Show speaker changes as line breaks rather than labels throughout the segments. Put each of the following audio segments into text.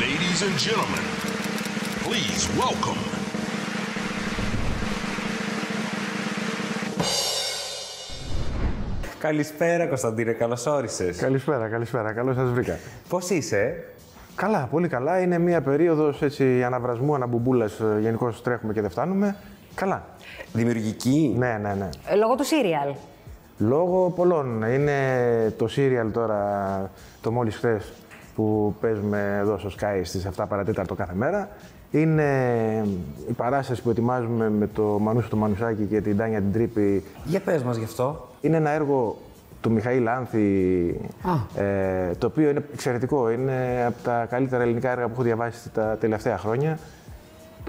Ladies and gentlemen, please welcome.
Καλησπέρα, Κωνσταντίνε, καλώς όρισες.
Καλησπέρα, καλησπέρα. Καλώς σας βρήκα.
Πώς είσαι, ε?
Καλά, πολύ καλά. Είναι μια περίοδος αναβρασμού, αναμπομπούλα. Γενικώς τρέχουμε και δεν φτάνουμε. Καλά.
Δημιουργική.
Ναι, ναι, ναι.
Ε, Λόγω του σύριαλ.
Λόγω πολλών. Είναι το serial τώρα, το μόλις χθες που παίζουμε εδώ στο Sky στις 7 παρατέταρτο κάθε μέρα. Είναι η παράσταση που ετοιμάζουμε με το Μανούσο το Μανουσάκη και την Τάνια την Τρίπη.
Για πες μας γι' αυτό.
Είναι ένα έργο του Μιχαήλ Άνθη, ε, το οποίο είναι εξαιρετικό. Είναι από τα καλύτερα ελληνικά έργα που έχω διαβάσει τα τελευταία χρόνια.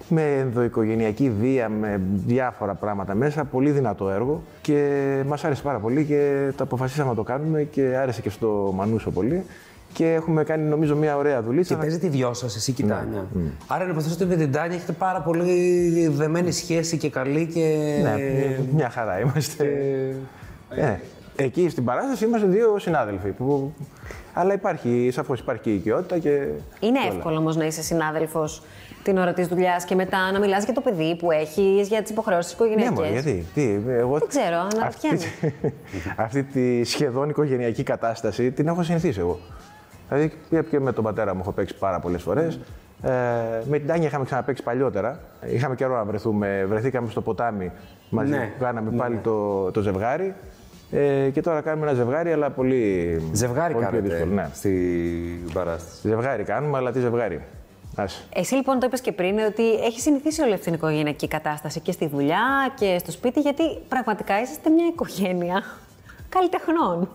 Με ενδοοικογενειακή βία, με διάφορα πράγματα μέσα. Πολύ δυνατό έργο και μας άρεσε πάρα πολύ και το αποφασίσαμε να το κάνουμε και άρεσε και στο Μανούσο πολύ. Και έχουμε κάνει νομίζω μια ωραία δουλίτσα.
Και παίζει τη δυο σας,
Ναι,
εσύ και η Τάνια. Άρα να υποθέσω ότι με την Τάνια έχετε πάρα πολύ δεμένη σχέση και καλή και.
Ναι,
Ε,
μια χαρά είμαστε. Ε, εκεί στην παράσταση είμαστε δύο συνάδελφοι. Που... Αλλά υπάρχει, σαφώς υπάρχει και η οικειότητα και.
Είναι
όλα.
εύκολο όμως να είσαι συνάδελφος την ώρα της δουλειάς και μετά να μιλάς για το παιδί που έχεις, για τις υποχρεώσεις τη
Ναι,
οικογένεια.
μωρέ, γιατί. Τι, εγώ...
Δεν ξέρω, αναρωτιέμαι.
Αυτή, αυτή τη σχεδόν οικογενειακή κατάσταση την έχω συνηθίσει εγώ. Δηλαδή πήγα και με τον πατέρα μου έχω παίξει πάρα πολλές φορές. Ε, με την Τάνια είχαμε ξαναπέξει παλιότερα. Είχαμε καιρό να βρεθούμε. Βρεθήκαμε στο ποτάμι μαζί.
Ναι.
Κάναμε πάλι Το, το ζευγάρι. Ε, και τώρα κάνουμε ένα ζευγάρι, αλλά πολύ.
Ζευγάρι
πολύ πιο
κάνετε
δύσκολο, ναι.
στην παράσταση.
Ζευγάρι κάνουμε, αλλά τι ζευγάρι. Ας.
Εσύ λοιπόν το είπες και πριν ότι έχει συνηθίσει όλη αυτή την οικογενειακή κατάσταση και στη δουλειά και στο σπίτι, γιατί πραγματικά είσαστε μια οικογένεια καλλιτεχνών.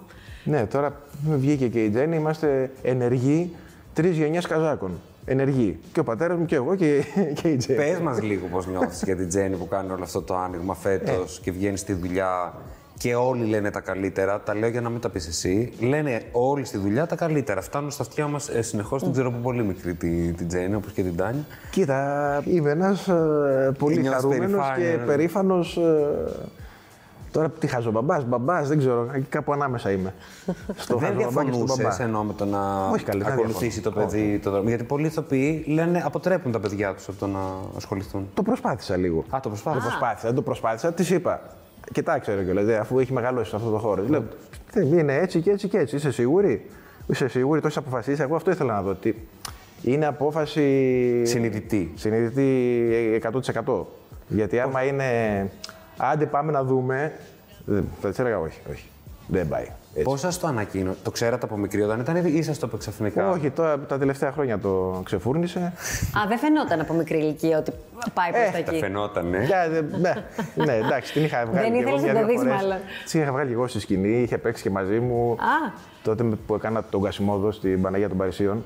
Ναι, τώρα βγήκε και η Τζέννη, είμαστε ενεργοί τρεις γενιές Καζάκων. Ενεργοί. Και ο πατέρας μου και εγώ και, και η Τζέννη.
Πες μας λίγο πώς νιώθεις για την Τζέννη που κάνει όλο αυτό το άνοιγμα φέτος
Ναι.
και βγαίνει στη δουλειά και όλοι λένε τα καλύτερα. Τα λέω για να μην τα πεις εσύ. Λένε όλοι στη δουλειά τα καλύτερα. Φτάνουν στα αυτιά μας συνεχώ. Την ξέρω από πολύ μικρή τη- την Τζέννη, όπως και την Τάνια.
Κοίτα, είμαι ένας πολύ
Νιώθεις
χαρούμενος και
περηφάνεια.
περήφανο. Τώρα τι χάζω, μπαμπάς, μπαμπάς, δεν ξέρω, εκεί κάπου ανάμεσα είμαι. Στο
δεν ε,
χαζομπαμπά και στον
διαφωνούσες
μπαμπά.
ενώ με το να
Όχι, καλέ, δεν
ακολουθήσει το
διαφωνώ.
παιδί το δρόμο. Γιατί πολλοί ηθοποιοί λένε αποτρέπουν τα παιδιά τους από το να ασχοληθούν.
Το προσπάθησα λίγο.
Α, το
Το
προσπάθησα.
προσπάθησα, δεν το προσπάθησα, τη είπα. Κοιτάξτε ρε κιόλας, δε, αφού έχει μεγαλώσει σε αυτό το χώρο. Λέω, «Τι, είναι έτσι και έτσι και έτσι. Είσαι σίγουρη. Είσαι σίγουρη, το έχεις αποφασίσει. Εγώ αυτό ήθελα να δω. Τι... Είναι απόφαση.
Συνειδητή.
Συνειδητή ε, 100%. Γιατί άμα είναι. Άντε πάμε να δούμε. δεν- Θα της έλεγα όχι, όχι. Δεν πάει. Έτσι.
Πώς σας το ανακοίνω, το ξέρατε από μικρή όταν ήταν ή σας το επεξαφνικά.
Όχι, τώρα τα τελευταία χρόνια το ξεφούρνησε.
Α, δεν φαινόταν από μικρή ηλικία ότι πάει προς
Ε,
τα
τα
Τα
εκεί.
φαινότανε.
Για, δε- ναι, ναι, εντάξει, την είχα βγάλει.
Δεν
κι εγώ
ήθελες να
μια-δυο
το δεις,
φορές.
μάλλον.
Της είχα βγάλει και εγώ στη σκηνή, είχε παίξει και μαζί μου.
Α.
Τότε με- που έκανα τον Κασιμόδο στην Παναγία των Παρισίων.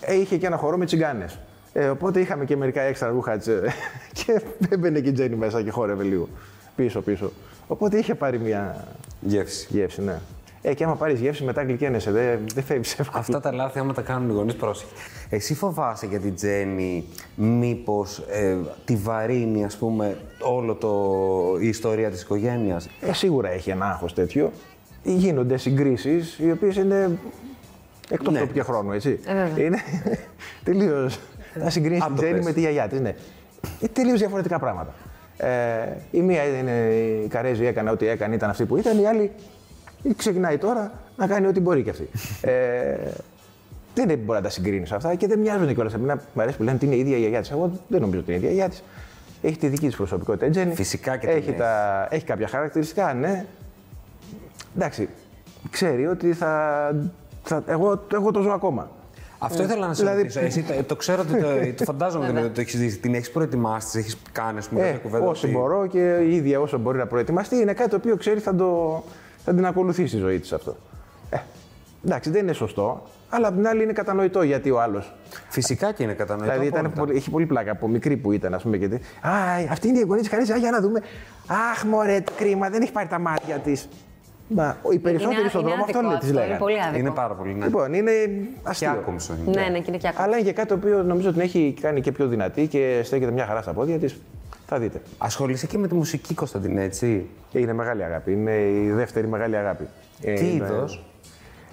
Ε, είχε και ένα χορό με τσιγκάνες. Ε, οπότε είχαμε και μερικά έξτρα ρούχα τσε- και έμπαινε και η Τζέννη μέσα και χόρευε λίγο. Πίσω, πίσω. Οπότε είχε πάρει μια
Γεύση.
γεύση, ναι. Ε, και άμα πάρεις γεύση, μετά γλυκένεσαι. Δεν δε φεύγει εύκολα.
Αυτά τα λάθη, άμα τα κάνουν οι γονείς, πρόσεχε. Εσύ φοβάσαι για την Τζέννη, μήπως ε, τη βαρύνει, ας πούμε, όλο το, η ιστορία της οικογένειας.
Ε, σίγουρα έχει ένα άγχος τέτοιο. Γίνονται συγκρίσεις οι οποίες είναι εκτός
Ναι.
ναι. και χρόνου, έτσι. είναι τελείως... Θα συγκρίνεις
Αν
την
το
Τζέννη
πες.
με τη γιαγιά της, ναι. Είναι τελείως διαφορετικά πράγματα. Ε, η μία είναι η Καρέζη έκανε ό,τι έκανε, ήταν αυτή που ήταν, η άλλη ξεκινάει τώρα να κάνει ό,τι μπορεί κι αυτή. ε, δεν μπορεί να τα συγκρίνεις αυτά και δεν μοιάζουν κιόλας. Εμένα μου αρέσει που λένε ότι είναι η ίδια η γιαγιά της. Εγώ δεν νομίζω ότι είναι η ίδια η γιαγιά της. Έχει τη δική της προσωπικότητα, η Τζέννη.
Φυσικά και την
έχει,
έχει.
τα... έχει κάποια χαρακτηριστικά, ναι. Εντάξει, ξέρει ότι θα. θα... Εγώ, εγώ το ζω ακόμα.
Αυτό ήθελα να σε
Δηλαδή-
ρωτήσω. Εσύ ε, το, το ξέρω ότι το, το φαντάζομαι ότι το έχεις δει. Την έχεις προετοιμάσει, τη έχεις κάνει, ας πούμε,
Ε,
κάποια κουβέντα.
όσο
ότι-
μπορώ και η ίδια όσο μπορεί να προετοιμαστεί, είναι κάτι το οποίο ξέρει θα, το... θα την ακολουθήσει η ζωή της αυτό. Ε, εντάξει, δεν είναι σωστό, αλλά απ' την άλλη είναι κατανοητό γιατί ο άλλος
Φυσικά και είναι κατανοητό.
Δηλαδή ήταν
Ε, απόλυτα.
πολύ, είχε πολύ πλάκα από μικρή που ήταν, ας πούμε. Και, τι- α, αυτή είναι η γονή τη Χαρίζα, Α, για να δούμε. Αχ, μωρέ, κρίμα, δεν έχει πάρει τα μάτια της. Μα οι περισσότεροι
Είναι-
στον
είναι
δρόμο
άδικο
αυτό λέει, τη
αυτό,
λέγανε.
είναι πολύ άδικο.
Είναι πάρα πολύ. Ναι.
Λοιπόν, είναι
και
αστείο.
άκομψο. είναι.
Ναι, ναι, και είναι και άκουσα.
Αλλά είναι και κάτι το οποίο νομίζω την έχει κάνει και πιο δυνατή και στέκεται μια χαρά στα πόδια της. Θα δείτε.
Ασχολείσαι και με τη μουσική, Κωνσταντινέ, έτσι.
Είναι μεγάλη αγάπη. Είναι η δεύτερη μεγάλη αγάπη. Ε,
Τι
είναι-
είδος?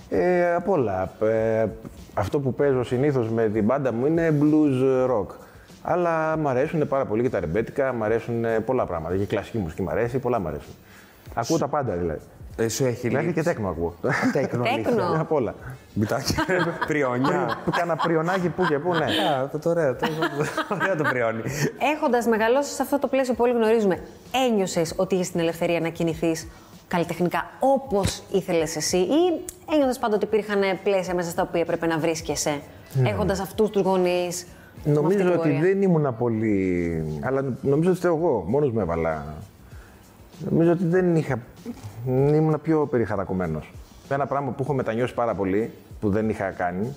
Ε, απ' όλα. Ε, αυτό που παίζω συνήθως με την μπάντα μου είναι blues rock. Αλλά μου αρέσουν πάρα πολύ και τα ρεμπέτικα, μου αρέσουν πολλά πράγματα. Και κλασική μουσική μου αρέσει, πολλά μου αρέσουν. Ακούω τα πάντα δηλαδή.
Ε, Σου έχει
Δηλαδή
λείψει.
και τέκνο ακούω.
Τέκνο.
αλήθεια, Απ' όλα.
Μπιτάκια. Πριόνια.
Κάνα πριονάκι που και που, ναι.
Α, το- το ωραίο. το- το- Ωραίο το πριόνι.
Έχοντας μεγαλώσει σε αυτό το πλαίσιο που όλοι γνωρίζουμε, ένιωσες ότι είχες την ελευθερία να κινηθείς καλλιτεχνικά όπως ήθελες εσύ, ή ένιωθε πάντα ότι υπήρχαν πλαίσια μέσα στα οποία έπρεπε να βρίσκεσαι, έχοντας έχοντας αυτούς τους γονείς.
Ναι. Νομίζω ότι δεν ήμουν πολύ. Αλλά νομίζω ότι φταίω εγώ. Μόνος με έβαλα. Νομίζω ότι δεν είχα. ήμουν πιο περιχαρακωμένος. Ένα πράγμα που έχω μετανιώσει πάρα πολύ, που δεν είχα κάνει,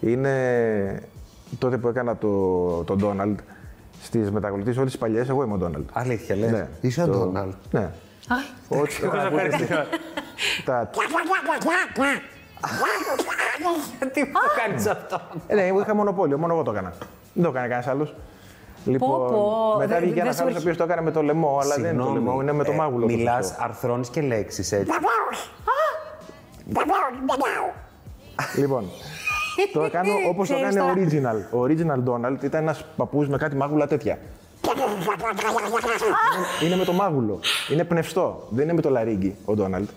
είναι τότε που έκανα το- τον Ντόναλντ στι μετακολουθήσει όλες τις παλιές. Εγώ είμαι ο Ντόναλντ.
Αλήθεια, λες. Είσαι ο
Το-
Ντόναλντ.
Ναι. Όχι, τα- τα-
Τι το κάνεις αυτό.
Ε, ναι, εγώ είχα μονοπόλιο, μόνο εγώ το έκανα. Δεν το έκανε κανένας άλλος. Λοιπόν,
πω,
μετά
δεν-
βγήκε
δεν
ένα
σου
άλλο ο
έρχε-
οποίος το έκανε με το λαιμό, αλλά δεν Δηλαδή, είναι το
Συγγνώμη,
λαιμό, είναι με το
ε,
μάγουλο. το
Μιλάς,
σωστό.
αρθρώνεις και λέξεις έτσι.
Λοιπόν, το κάνω όπως το
Ξέρεις
έκανε
τώρα.
original. Ο original Donald ήταν ένας παππούς με κάτι μάγουλα τέτοια. είναι με το μάγουλο. Είναι πνευστό. Δεν είναι με το λαρίγκι ο Ντόναλτ.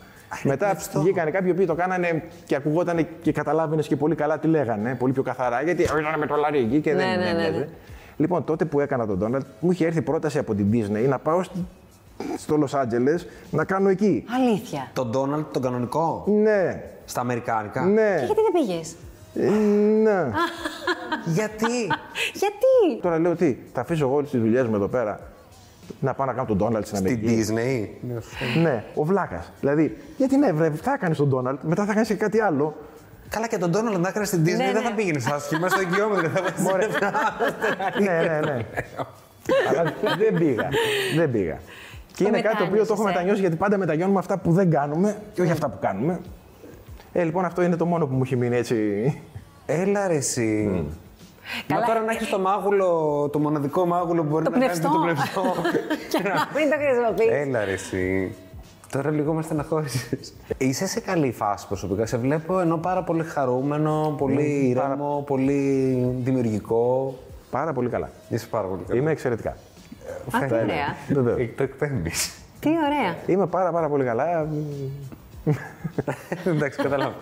Μετά βγήκανε κάποιοι που το κάνανε και ακουγόταν και καταλάβαινες και πολύ καλά τι λέγανε. Πολύ πιο καθαρά γιατί ήταν με το λαρίγκι και δεν
Ναι, ναι,
δεν
ναι, ναι.
μοιάζει. Λοιπόν, τότε που έκανα τον Ντόναλτ, μου είχε έρθει πρόταση από την Disney να πάω στη- στο Λο Άντζελε να κάνω εκεί.
Αλήθεια.
Τον Ντόναλτ τον κανονικό.
Ναι,
Στα αμερικάνικα.
Και
ναι,
γιατί δεν πήγες.
ε, ναι.
Γιατί.
Γιατί.
Τώρα λέω τι, θα αφήσω εγώ όλε τις δουλειές μου εδώ πέρα να πάω να κάνω τον Ντόναλτ στην
Στην
Αμερική.
Disney.
Ναι, ο βλάκας. Δηλαδή, γιατί ναι, βρε, θα έκανες τον Ντόναλτ, μετά θα κάνεις και κάτι άλλο.
Καλά και τον Ντόναλτ να έκανες στην Disney
Ναι,
δεν
ναι.
θα πήγαινες άσχημα στο εγγυόμενο. δεν θα
Μωρέ. ναι, ναι, ναι. Αλλά δεν πήγα. Δεν πήγα. Και
Το
είναι κάτι το οποίο το έχω
μετάνιωσες, ε.
μετανιώσει γιατί πάντα μετανιώνουμε αυτά που δεν κάνουμε και όχι αυτά που κάνουμε. Ε, λοιπόν, αυτό είναι το μόνο που μου έχει μείνει έτσι.
Έλα ρε εσύ. Μα
Καλά. ε,
τώρα να έχεις το μάγουλο, το μοναδικό μάγουλο που μπορεί
Το
να κάνεις
πνευστό.
το πνευστό.
Και να μην το
Ε.
χρησιμοποιείς.
Έλα ρε εσύ. Τώρα λίγο με στεναχώρησες. Είσαι σε καλή φάση προσωπικά. Σε βλέπω ενώ πάρα πολύ χαρούμενο, πολύ
Μμμ, πάρα-
ήρεμο, πολύ δημιουργικό.
Πάρα πολύ καλά.
Είσαι πάρα πολύ καλά.
Είμαι εξαιρετικά.
Α, τι ωραία.
Βεβαίως.
Ε, Το εκπέμπεις.
Τι ωραία.
Είμαι πάρα πάρα πολύ καλά.
Εντάξει, καταλάβω.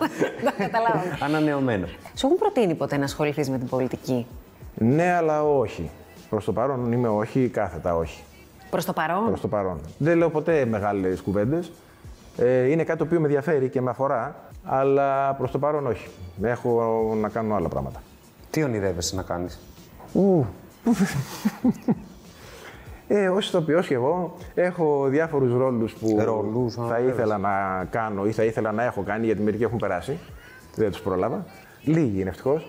Το καταλάβαμε.
Ανανεωμένο.
Σου έχουν προτείνει ποτέ να ασχοληθείς με την πολιτική.
Ναι, αλλά όχι. Προς το παρόν είμαι όχι, κάθετα όχι.
Προς το
Προ
παρόν.
το παρόν. Δεν λέω ποτέ μεγάλες κουβέντες. Ε, είναι κάτι το οποίο με ενδιαφέρει και με αφορά, αλλά προς το παρόν όχι. Έχω να κάνω άλλα πράγματα.
Τι ονειρεύεσαι να κάνεις.
Ου. ε, ως ηθοποιός και εγώ έχω διάφορους ρόλους που
Ρόλους, α,
θα ήθελα να κάνω ή θα ήθελα να έχω κάνει, γιατί μερικοί έχουν περάσει, δεν τους πρόλαβα. Λίγοι είναι ευτυχώς.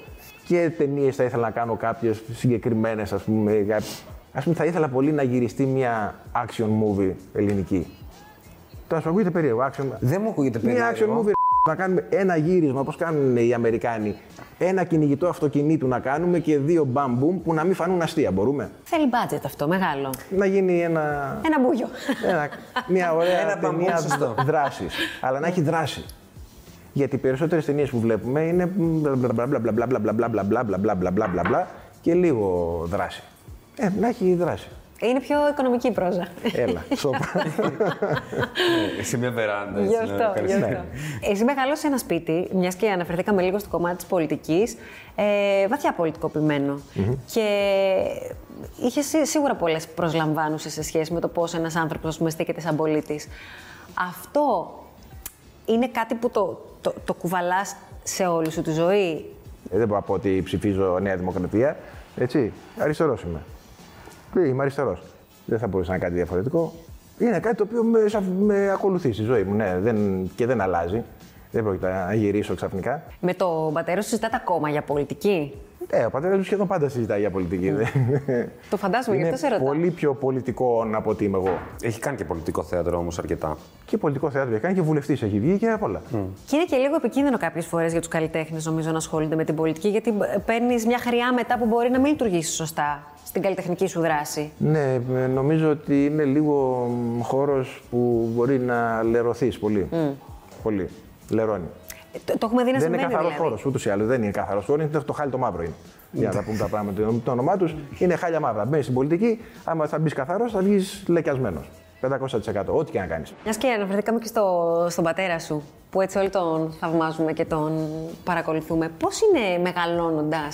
Και ταινίες θα ήθελα να κάνω κάποιες συγκεκριμένες, ας πούμε. για- Ας πούμε, θα ήθελα πολύ να γυριστεί μια action movie ελληνική. Τώρα σου ακούγεται περίεργο, action.
Δεν μου ακούγεται
Μια action
περίεργο.
movie, ρε, να κάνουμε ένα γύρισμα όπως κάνουν οι Αμερικάνοι. Ένα κυνηγητό αυτοκινήτου να κάνουμε και δύο μπαμπούμ που να μην φανούν αστεία. Μπορούμε.
Θέλει budget αυτό, μεγάλο.
Να γίνει ένα.
Ένα μπούγιο.
ένα μια ωραία
Ένα μπαμπούμ,
ταινία
σωστό.
δράσης. Αλλά να έχει δράση. Γιατί οι περισσότερες ταινίες που βλέπουμε είναι μπλα μπλα μπλα μπλα μπλα μπλα μπλα μπλα μπλα μπλα μπλα μπλα μπλα μπλα μπλα και λίγο δράση. Ε, να έχει δράση.
Είναι πιο οικονομική η πρόζα.
Έλα, σώπα.
Σε μια βεράντα.
Γι'
ναι,
αυτό, γι' αυτό. Εσύ μεγάλωσε ένα σπίτι, μιας και αναφερθήκαμε λίγο στο κομμάτι της πολιτικής, ε, βαθιά πολιτικοποιημένο. Και είχες σί- σίγουρα πολλές προσλαμβάνουσες σε σχέση με το πώς ένας άνθρωπος στέκεται σαν πολίτης. Αυτό είναι κάτι που το, το, το κουβαλάς σε όλη σου τη ζωή.
Ε, δεν μπορώ να πω ότι ψηφίζω Νέα Δημοκρατία. Έτσι. Αριστερός είμαι. Ε, Είμαι αριστερός. Δεν θα μπορούσε να είναι κάτι διαφορετικό. Είναι κάτι το οποίο με, σα- με ακολουθεί στη ζωή μου. Ναι, δεν, και δεν αλλάζει. Δεν πρόκειται να γυρίσω ξαφνικά.
Με τον πατέρα σου συζητάτε ακόμα για πολιτική.
Ε, ο πατέρας μου σχεδόν πάντα συζητάει για πολιτική. δεν-
Το φαντάζομαι, Ναι. γι'
είναι
αυτό σε ρωτάω.
πολύ πιο πολιτικό από ότι είμαι εγώ.
Έχει κάνει και πολιτικό θέατρο όμως αρκετά.
Και πολιτικό θέατρο έχει κάνει και βουλευτής έχει βγει και απ' όλα.
Και είναι και λίγο επικίνδυνο κάποιες φορές για τους καλλιτέχνες, νομίζω, να ασχολούνται με την πολιτική, γιατί παίρνεις μια χρειά μετά που μπορεί να μην λειτουργήσει σωστά στην καλλιτεχνική σου δράση.
Ναι, ε, νομίζω ότι είναι λίγο χώρος που μπορεί να λερωθείς πολύ. Πολύ. Λερώνει.
Ε, Το, το έχουμε δει να
Δεν είναι
συμβαίνει.
καθαρός
δηλαδή.
χώρος ούτως ή άλλως. Δεν είναι καθαρός χώρος, είναι το χάλι το μαύρο. Είναι. Για να τα πούμε τα πράγματα με το όνομά τους, είναι χάλια μαύρα. Μπαίνεις στην πολιτική, άμα θα μπεις καθαρός, θα βγεις λεκιασμένος. 500%. Ό,τι και να κάνεις.
Μιας και αναφερθήκαμε και στο, στον πατέρα σου, που έτσι όλοι τον θαυμάζουμε και τον παρακολουθούμε. Πώς είναι μεγαλώνοντας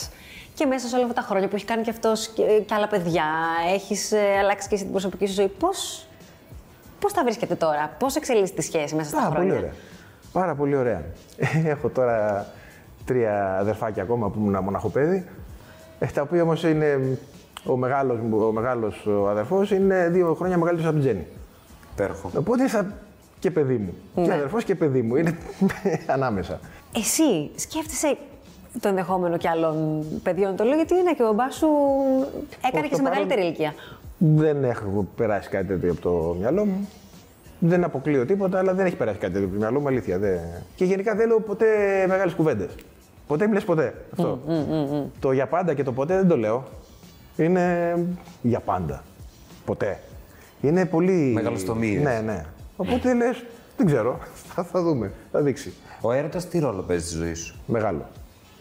και μέσα σε όλα αυτά τα χρόνια που έχει κάνει και αυτός και, και άλλα παιδιά, έχεις αλλάξει και εσύ την προσωπική σου ζωή. Πώς πώς τα βρίσκετε τώρα, Πώς εξελίσσεται τη σχέση μέσα στα
Πάρα
χρόνια.
πολύ ωραία. Πάρα πολύ ωραία. Έχω τώρα τρία αδερφάκια ακόμα που ήμουν μοναχοπέδι, ε, τα οποία όμως είναι. Ο μεγάλος, μου- ο μεγάλος ο αδερφός είναι δύο χρόνια μεγαλύτερος από την Τζέννη.
Υπέροχο.
Οπότε θα... και παιδί μου.
Ναι.
Και αδερφός και παιδί μου. Είναι ανάμεσα.
Εσύ σκέφτεσαι το ενδεχόμενο και άλλων παιδιών το λέω, γιατί είναι και ο μπα σου έκανε
Ως
και
το
σε μεγαλύτερη
παρόν-
ηλικία.
Δεν έχω περάσει κάτι τέτοιο από το μυαλό μου. Δεν αποκλείω τίποτα, αλλά δεν έχει περάσει κάτι τέτοιο από το μυαλό μου. Αλήθεια. Δεν... Και γενικά δεν λέω ποτέ μεγάλες κουβέντες. Ποτέ μιλέ ποτέ. Αυτό. Το για πάντα και το ποτέ δεν το λέω. Είναι για πάντα. Ποτέ. Είναι πολύ.
Μεγαλοστομίες.
Ναι, ναι. Οπότε λες, δεν ξέρω. Θα, θα δούμε. Θα δείξει.
Ο έρωτας τι ρόλο παίζει στη ζωή σου.
Μεγάλο.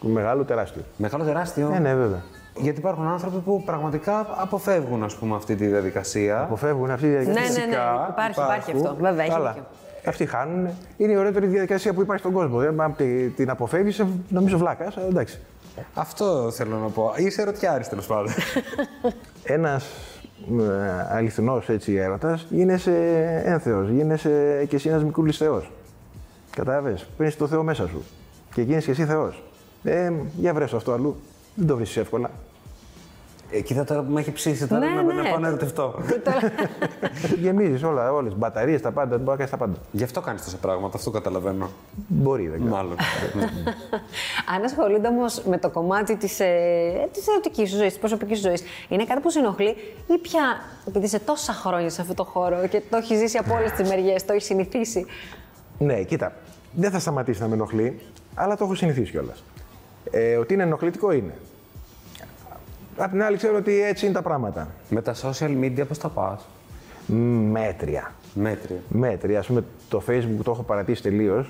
Μεγάλο, τεράστιο.
Μεγάλο τεράστιο.
Ναι, ναι, βέβαια.
Γιατί υπάρχουν άνθρωποι που πραγματικά αποφεύγουν ας πούμε, αυτή τη διαδικασία.
Αποφεύγουν αυτή τη
Ναι, ναι,
διαδικασία.
ναι,
φυσικά
υπάρχει, υπάρχει
υπάρχουν.
αυτό. Βέβαια, έχει
Καλά.
δίκιο.
Αυτοί χάνουν. Είναι η ωραίτερη διαδικασία που υπάρχει στον κόσμο. Δεν, αν τη- την αποφεύγεις, νομίζω βλάκας. Εντάξει.
Αυτό θέλω να πω. Είσαι ερωτιάρης τέλος πάντων.
Ένας αληθινό ε, έτσι έρωτας γίνεσαι ένθεο. Γίνεσαι και εσύ ένας μικρούλης θεός. Κατάλαβες. Παίρνει το Θεό μέσα σου. Και γίνεσαι και εσύ Θεός. Ε, για βρες το αυτό αλλού. Δεν το βρει εύκολα.
ε, κοίτα τώρα που με έχει ψήσει τώρα
Ναι,
να,
ναι.
να πάω να ερωτευτώ.
Γεμίζεις όλα, όλες. Μπαταρίες, τα πάντα. Δεν μπορεί να κάνεις τα πάντα.
Γι' αυτό κάνεις τόσα πράγματα, αυτό καταλαβαίνω.
Μπορεί, δεν ξέρω.
Μάλλον.
Αν ασχολούνται όμως με το κομμάτι της ε, της ερωτικής σου ζωής, της προσωπικής σου ζωής, είναι κάτι που σε ενοχλεί ή πια επειδή είσαι τόσα χρόνια σε αυτό το χώρο και το έχεις ζήσει από όλες τις μεριές, το έχεις συνηθίσει.
Ναι, κοίτα. Δεν θα σταματήσει να με ενοχλεί, αλλά το έχω συνηθίσει κιόλας. Ε, ότι είναι ενοχλητικό είναι. Απ' την άλλη, ξέρω ότι έτσι είναι τα πράγματα.
με τα social media πώς τα πας.
Μέτρια.
Μέτρια.
Μέτρια. Ας πούμε, το Facebook το έχω παρατήσει τελείως.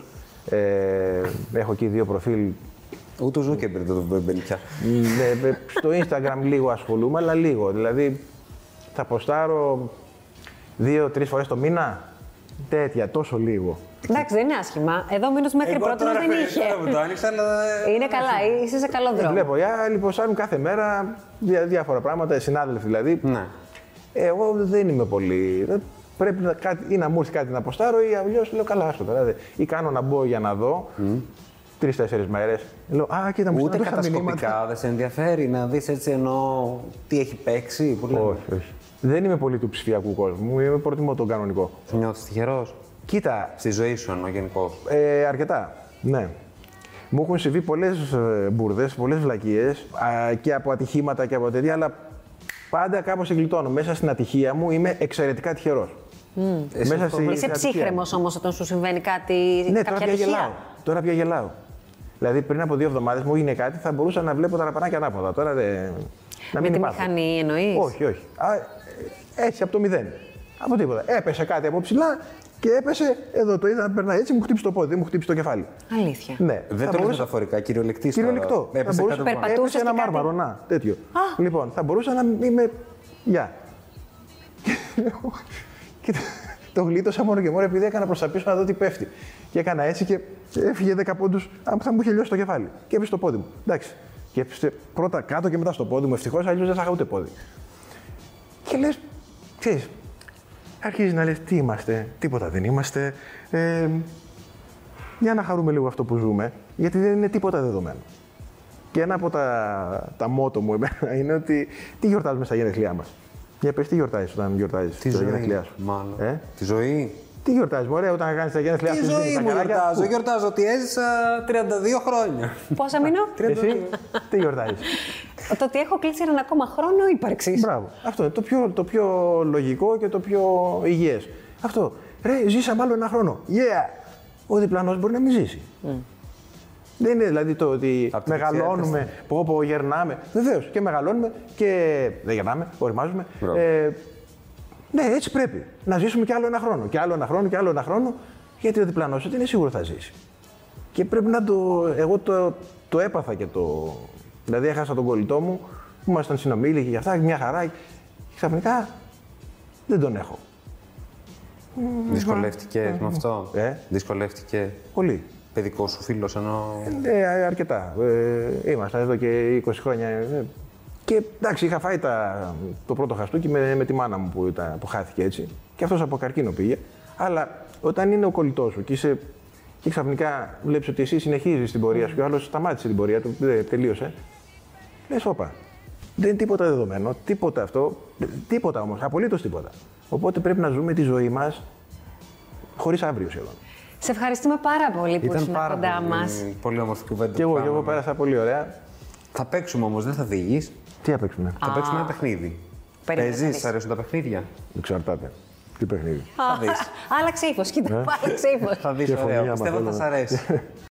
Ε, έχω εκεί δύο προφίλ.
Ούτε ο Ζούκεμπερ δεν το μπαίνει πια.
Ε, ε, στο Instagram λίγο ασχολούμαι, αλλά λίγο. Δηλαδή, θα ποστάρω δύο-τρει φορές το μήνα. Τέτοια, τόσο λίγο.
Εντάξει, δεν είναι άσχημα. Εδώ μήνο μέχρι πρώτη Ε, δεν είχε.
Δεν το άνοιξα, αλλά. ε,
Είναι καλά, είσαι σε καλό δρόμο.
Ε, Βλέπω, οι άλλοι ποστάρουν κάθε μέρα δια- διάφορα πράγματα, οι συνάδελφοι δηλαδή.
Ναι.
Ε, Εγώ δεν είμαι πολύ. δεν- Πρέπει να, κάτι, ή να μου έρθει κάτι να αποστάρω ή αλλιώς λέω καλά, άστο τώρα. δε. Ή κάνω να μπω για να δω τρει-τέσσερι μέρες. Λέω Α, κοίτα μου
Ούτε
στείλαν τόσα μηνύματα».
κατασκοπικά δεν σε ενδιαφέρει να δεις έτσι ενώ τι έχει παίξει. Που λένε.
Όχι, όχι. Δεν είμαι πολύ του ψηφιακού κόσμου. Είμαι προτιμώ τον κανονικό.
Νιώθεις τυχερός.
Κοίτα,
Στη ζωή σου εννοώ γενικώ.
ε, αρκετά. Ναι. Μου έχουν συμβεί ε, πολλέ μπουρδες, πολλές βλακίες και από ατυχήματα και από τέτοια, αλλά πάντα κάπως εγκλιτώνω. Μέσα στην ατυχία μου είμαι εξαιρετικά τυχερός. Μέσα στη-
Είσαι
στην ατυχία
ψύχρεμος
μου.
όμως όταν σου συμβαίνει κάτι.
Ναι, τώρα
κάποια
πια
ατυχία.
γελάω. Τώρα πια γελάω. Δηλαδή πριν από δύο εβδομάδες μου έγινε κάτι, θα μπορούσα να βλέπω τα ραπανάκια ανάποδα. Τώρα δεν. Να
Με τη
υπάρχω.
μηχανή εννοείς.
Όχι, όχι. Α, ε, έτσι από το μηδέν. Από τίποτα. Έπεσε κάτι από ψηλά και έπεσε εδώ. Το είδα να περνάει έτσι, μου χτύπησε το πόδι, μου χτύπησε το κεφάλι.
Αλήθεια.
Ναι,
Δεν
θα
το λες
μπορούσα-
μεταφορικά, κυριολεκτή.
Κυριολεκτό. Θα
Έπεσε κάτω
μπορούσα-
από πάνω.
Περπατά- Περπατούσες
Έπεσε ένα
και κάτι.
μάρμαρο, να, τέτοιο. Λοιπόν, θα μπορούσα να είμαι. Γεια. Και το- το γλίτωσα μόνο και μόνο επειδή έκανα προς τα πίσω να δω τι πέφτει. Και έκανα έτσι και έφυγε 10 πόντου. Αν θα μου είχε λιώσει το κεφάλι. Και έπεσε το πόδι μου. Εντάξει. Και έπεσε πρώτα κάτω και μετά στο πόδι μου. Ευτυχώς αλλιώς δεν θα είχα ούτε πόδι. Και λες, ξέρεις, αρχίζει να λες τι είμαστε, τίποτα δεν είμαστε. Ε, για να χαρούμε λίγο αυτό που ζούμε, γιατί δεν είναι τίποτα δεδομένο. Και ένα από τα, τα μότο μου εμένα είναι ότι τι γιορτάζουμε στα γενέθλιά μας. Για πες, τι γιορτάζεις όταν γιορτάζεις
Τη
τα
ζωή.
γενέθλιά σου.
Μάλλον.
Ε?
Τη ζωή.
Τι γιορτάζεις, ωραία, όταν κάνεις τα γενέθλιά σου.
Τη
σβήνεις
ζωή
τα
μου
κανάλια.
γιορτάζω.
Πού?
Γιορτάζω ότι έζησα 32 χρόνια.
Πόσα μήνω?
Εσύ, τι γιορτάζεις.
το ότι έχω κλείσει έναν ακόμα χρόνο ύπαρξης.
Μπράβο. Αυτό είναι το πιο, το πιο λογικό και το πιο υγιές. Αυτό. Ρε, ζήσαμε άλλο ένα χρόνο. Yeah! Ο διπλανός μπορεί να μην ζήσει. Δεν είναι δηλαδή το ότι
Απ' την
μεγαλώνουμε, πω, πω, γερνάμε. Βεβαίως και μεγαλώνουμε και. Δεν γερνάμε, οριμάζουμε.
Μπράβο.
Ε, ναι, έτσι πρέπει. Να ζήσουμε κι άλλο ένα χρόνο. Και άλλο ένα χρόνο και άλλο ένα χρόνο. Γιατί ο διπλανός ότι είναι σίγουρο θα ζήσει. Και πρέπει να το. Εγώ το, το έπαθα και το. Δηλαδή, έχασα τον κολλητό μου, που ήμασταν συνομήλικοι και για αυτά, μια χαρά. Και ξαφνικά δεν τον έχω.
Δυσκολεύτηκε με αυτό.
Ε.
Δυσκολεύτηκε.
Πολύ.
Παιδικός σου φίλος ενώ.
Ναι, αρκετά. Ε, ήμασταν εδώ και 20 χρόνια. ε, Και εντάξει, είχα φάει τα, το πρώτο χαστούκι με, με τη μάνα μου που, ήταν, που χάθηκε έτσι. Και αυτός από καρκίνο πήγε. Αλλά όταν είναι ο κολλητός σου και, είσαι, και ξαφνικά βλέπεις ότι εσύ συνεχίζεις την πορεία σου και ο άλλος σταμάτησε την πορεία του, δεν τελείωσε. Λες, όπα. Δεν είναι τίποτα δεδομένο, τίποτα αυτό. Τίποτα όμως, απολύτως τίποτα. Οπότε πρέπει να ζούμε τη ζωή μας χωρίς αύριο σχεδόν.
Σε ευχαριστούμε πάρα πολύ που ήσουν κοντά μα.
Ε, πολύ όμορφη κουβέντα.
Και εγώ,
που
και εγώ
κάναμε.
πέρασα πολύ ωραία.
Θα παίξουμε όμως, δεν θα διηγείς.
Τι ναι. να παίξουμε.
Θα παίξουμε ένα παιχνίδι.
Περίμενε, θα
Παίζει,
δεις.
σ' αρέσουν τα παιχνίδια.
Εξαρτάται. Τι παιχνίδι.
Θα δεις. Ε.
Άλλαξε ύφος, κοίτα, άλλαξε ύφος.
Θα δεις,
Και φωνή,
ωραίο.
άμα
Πιστεύω θα
θέλω.
σ' αρέσει.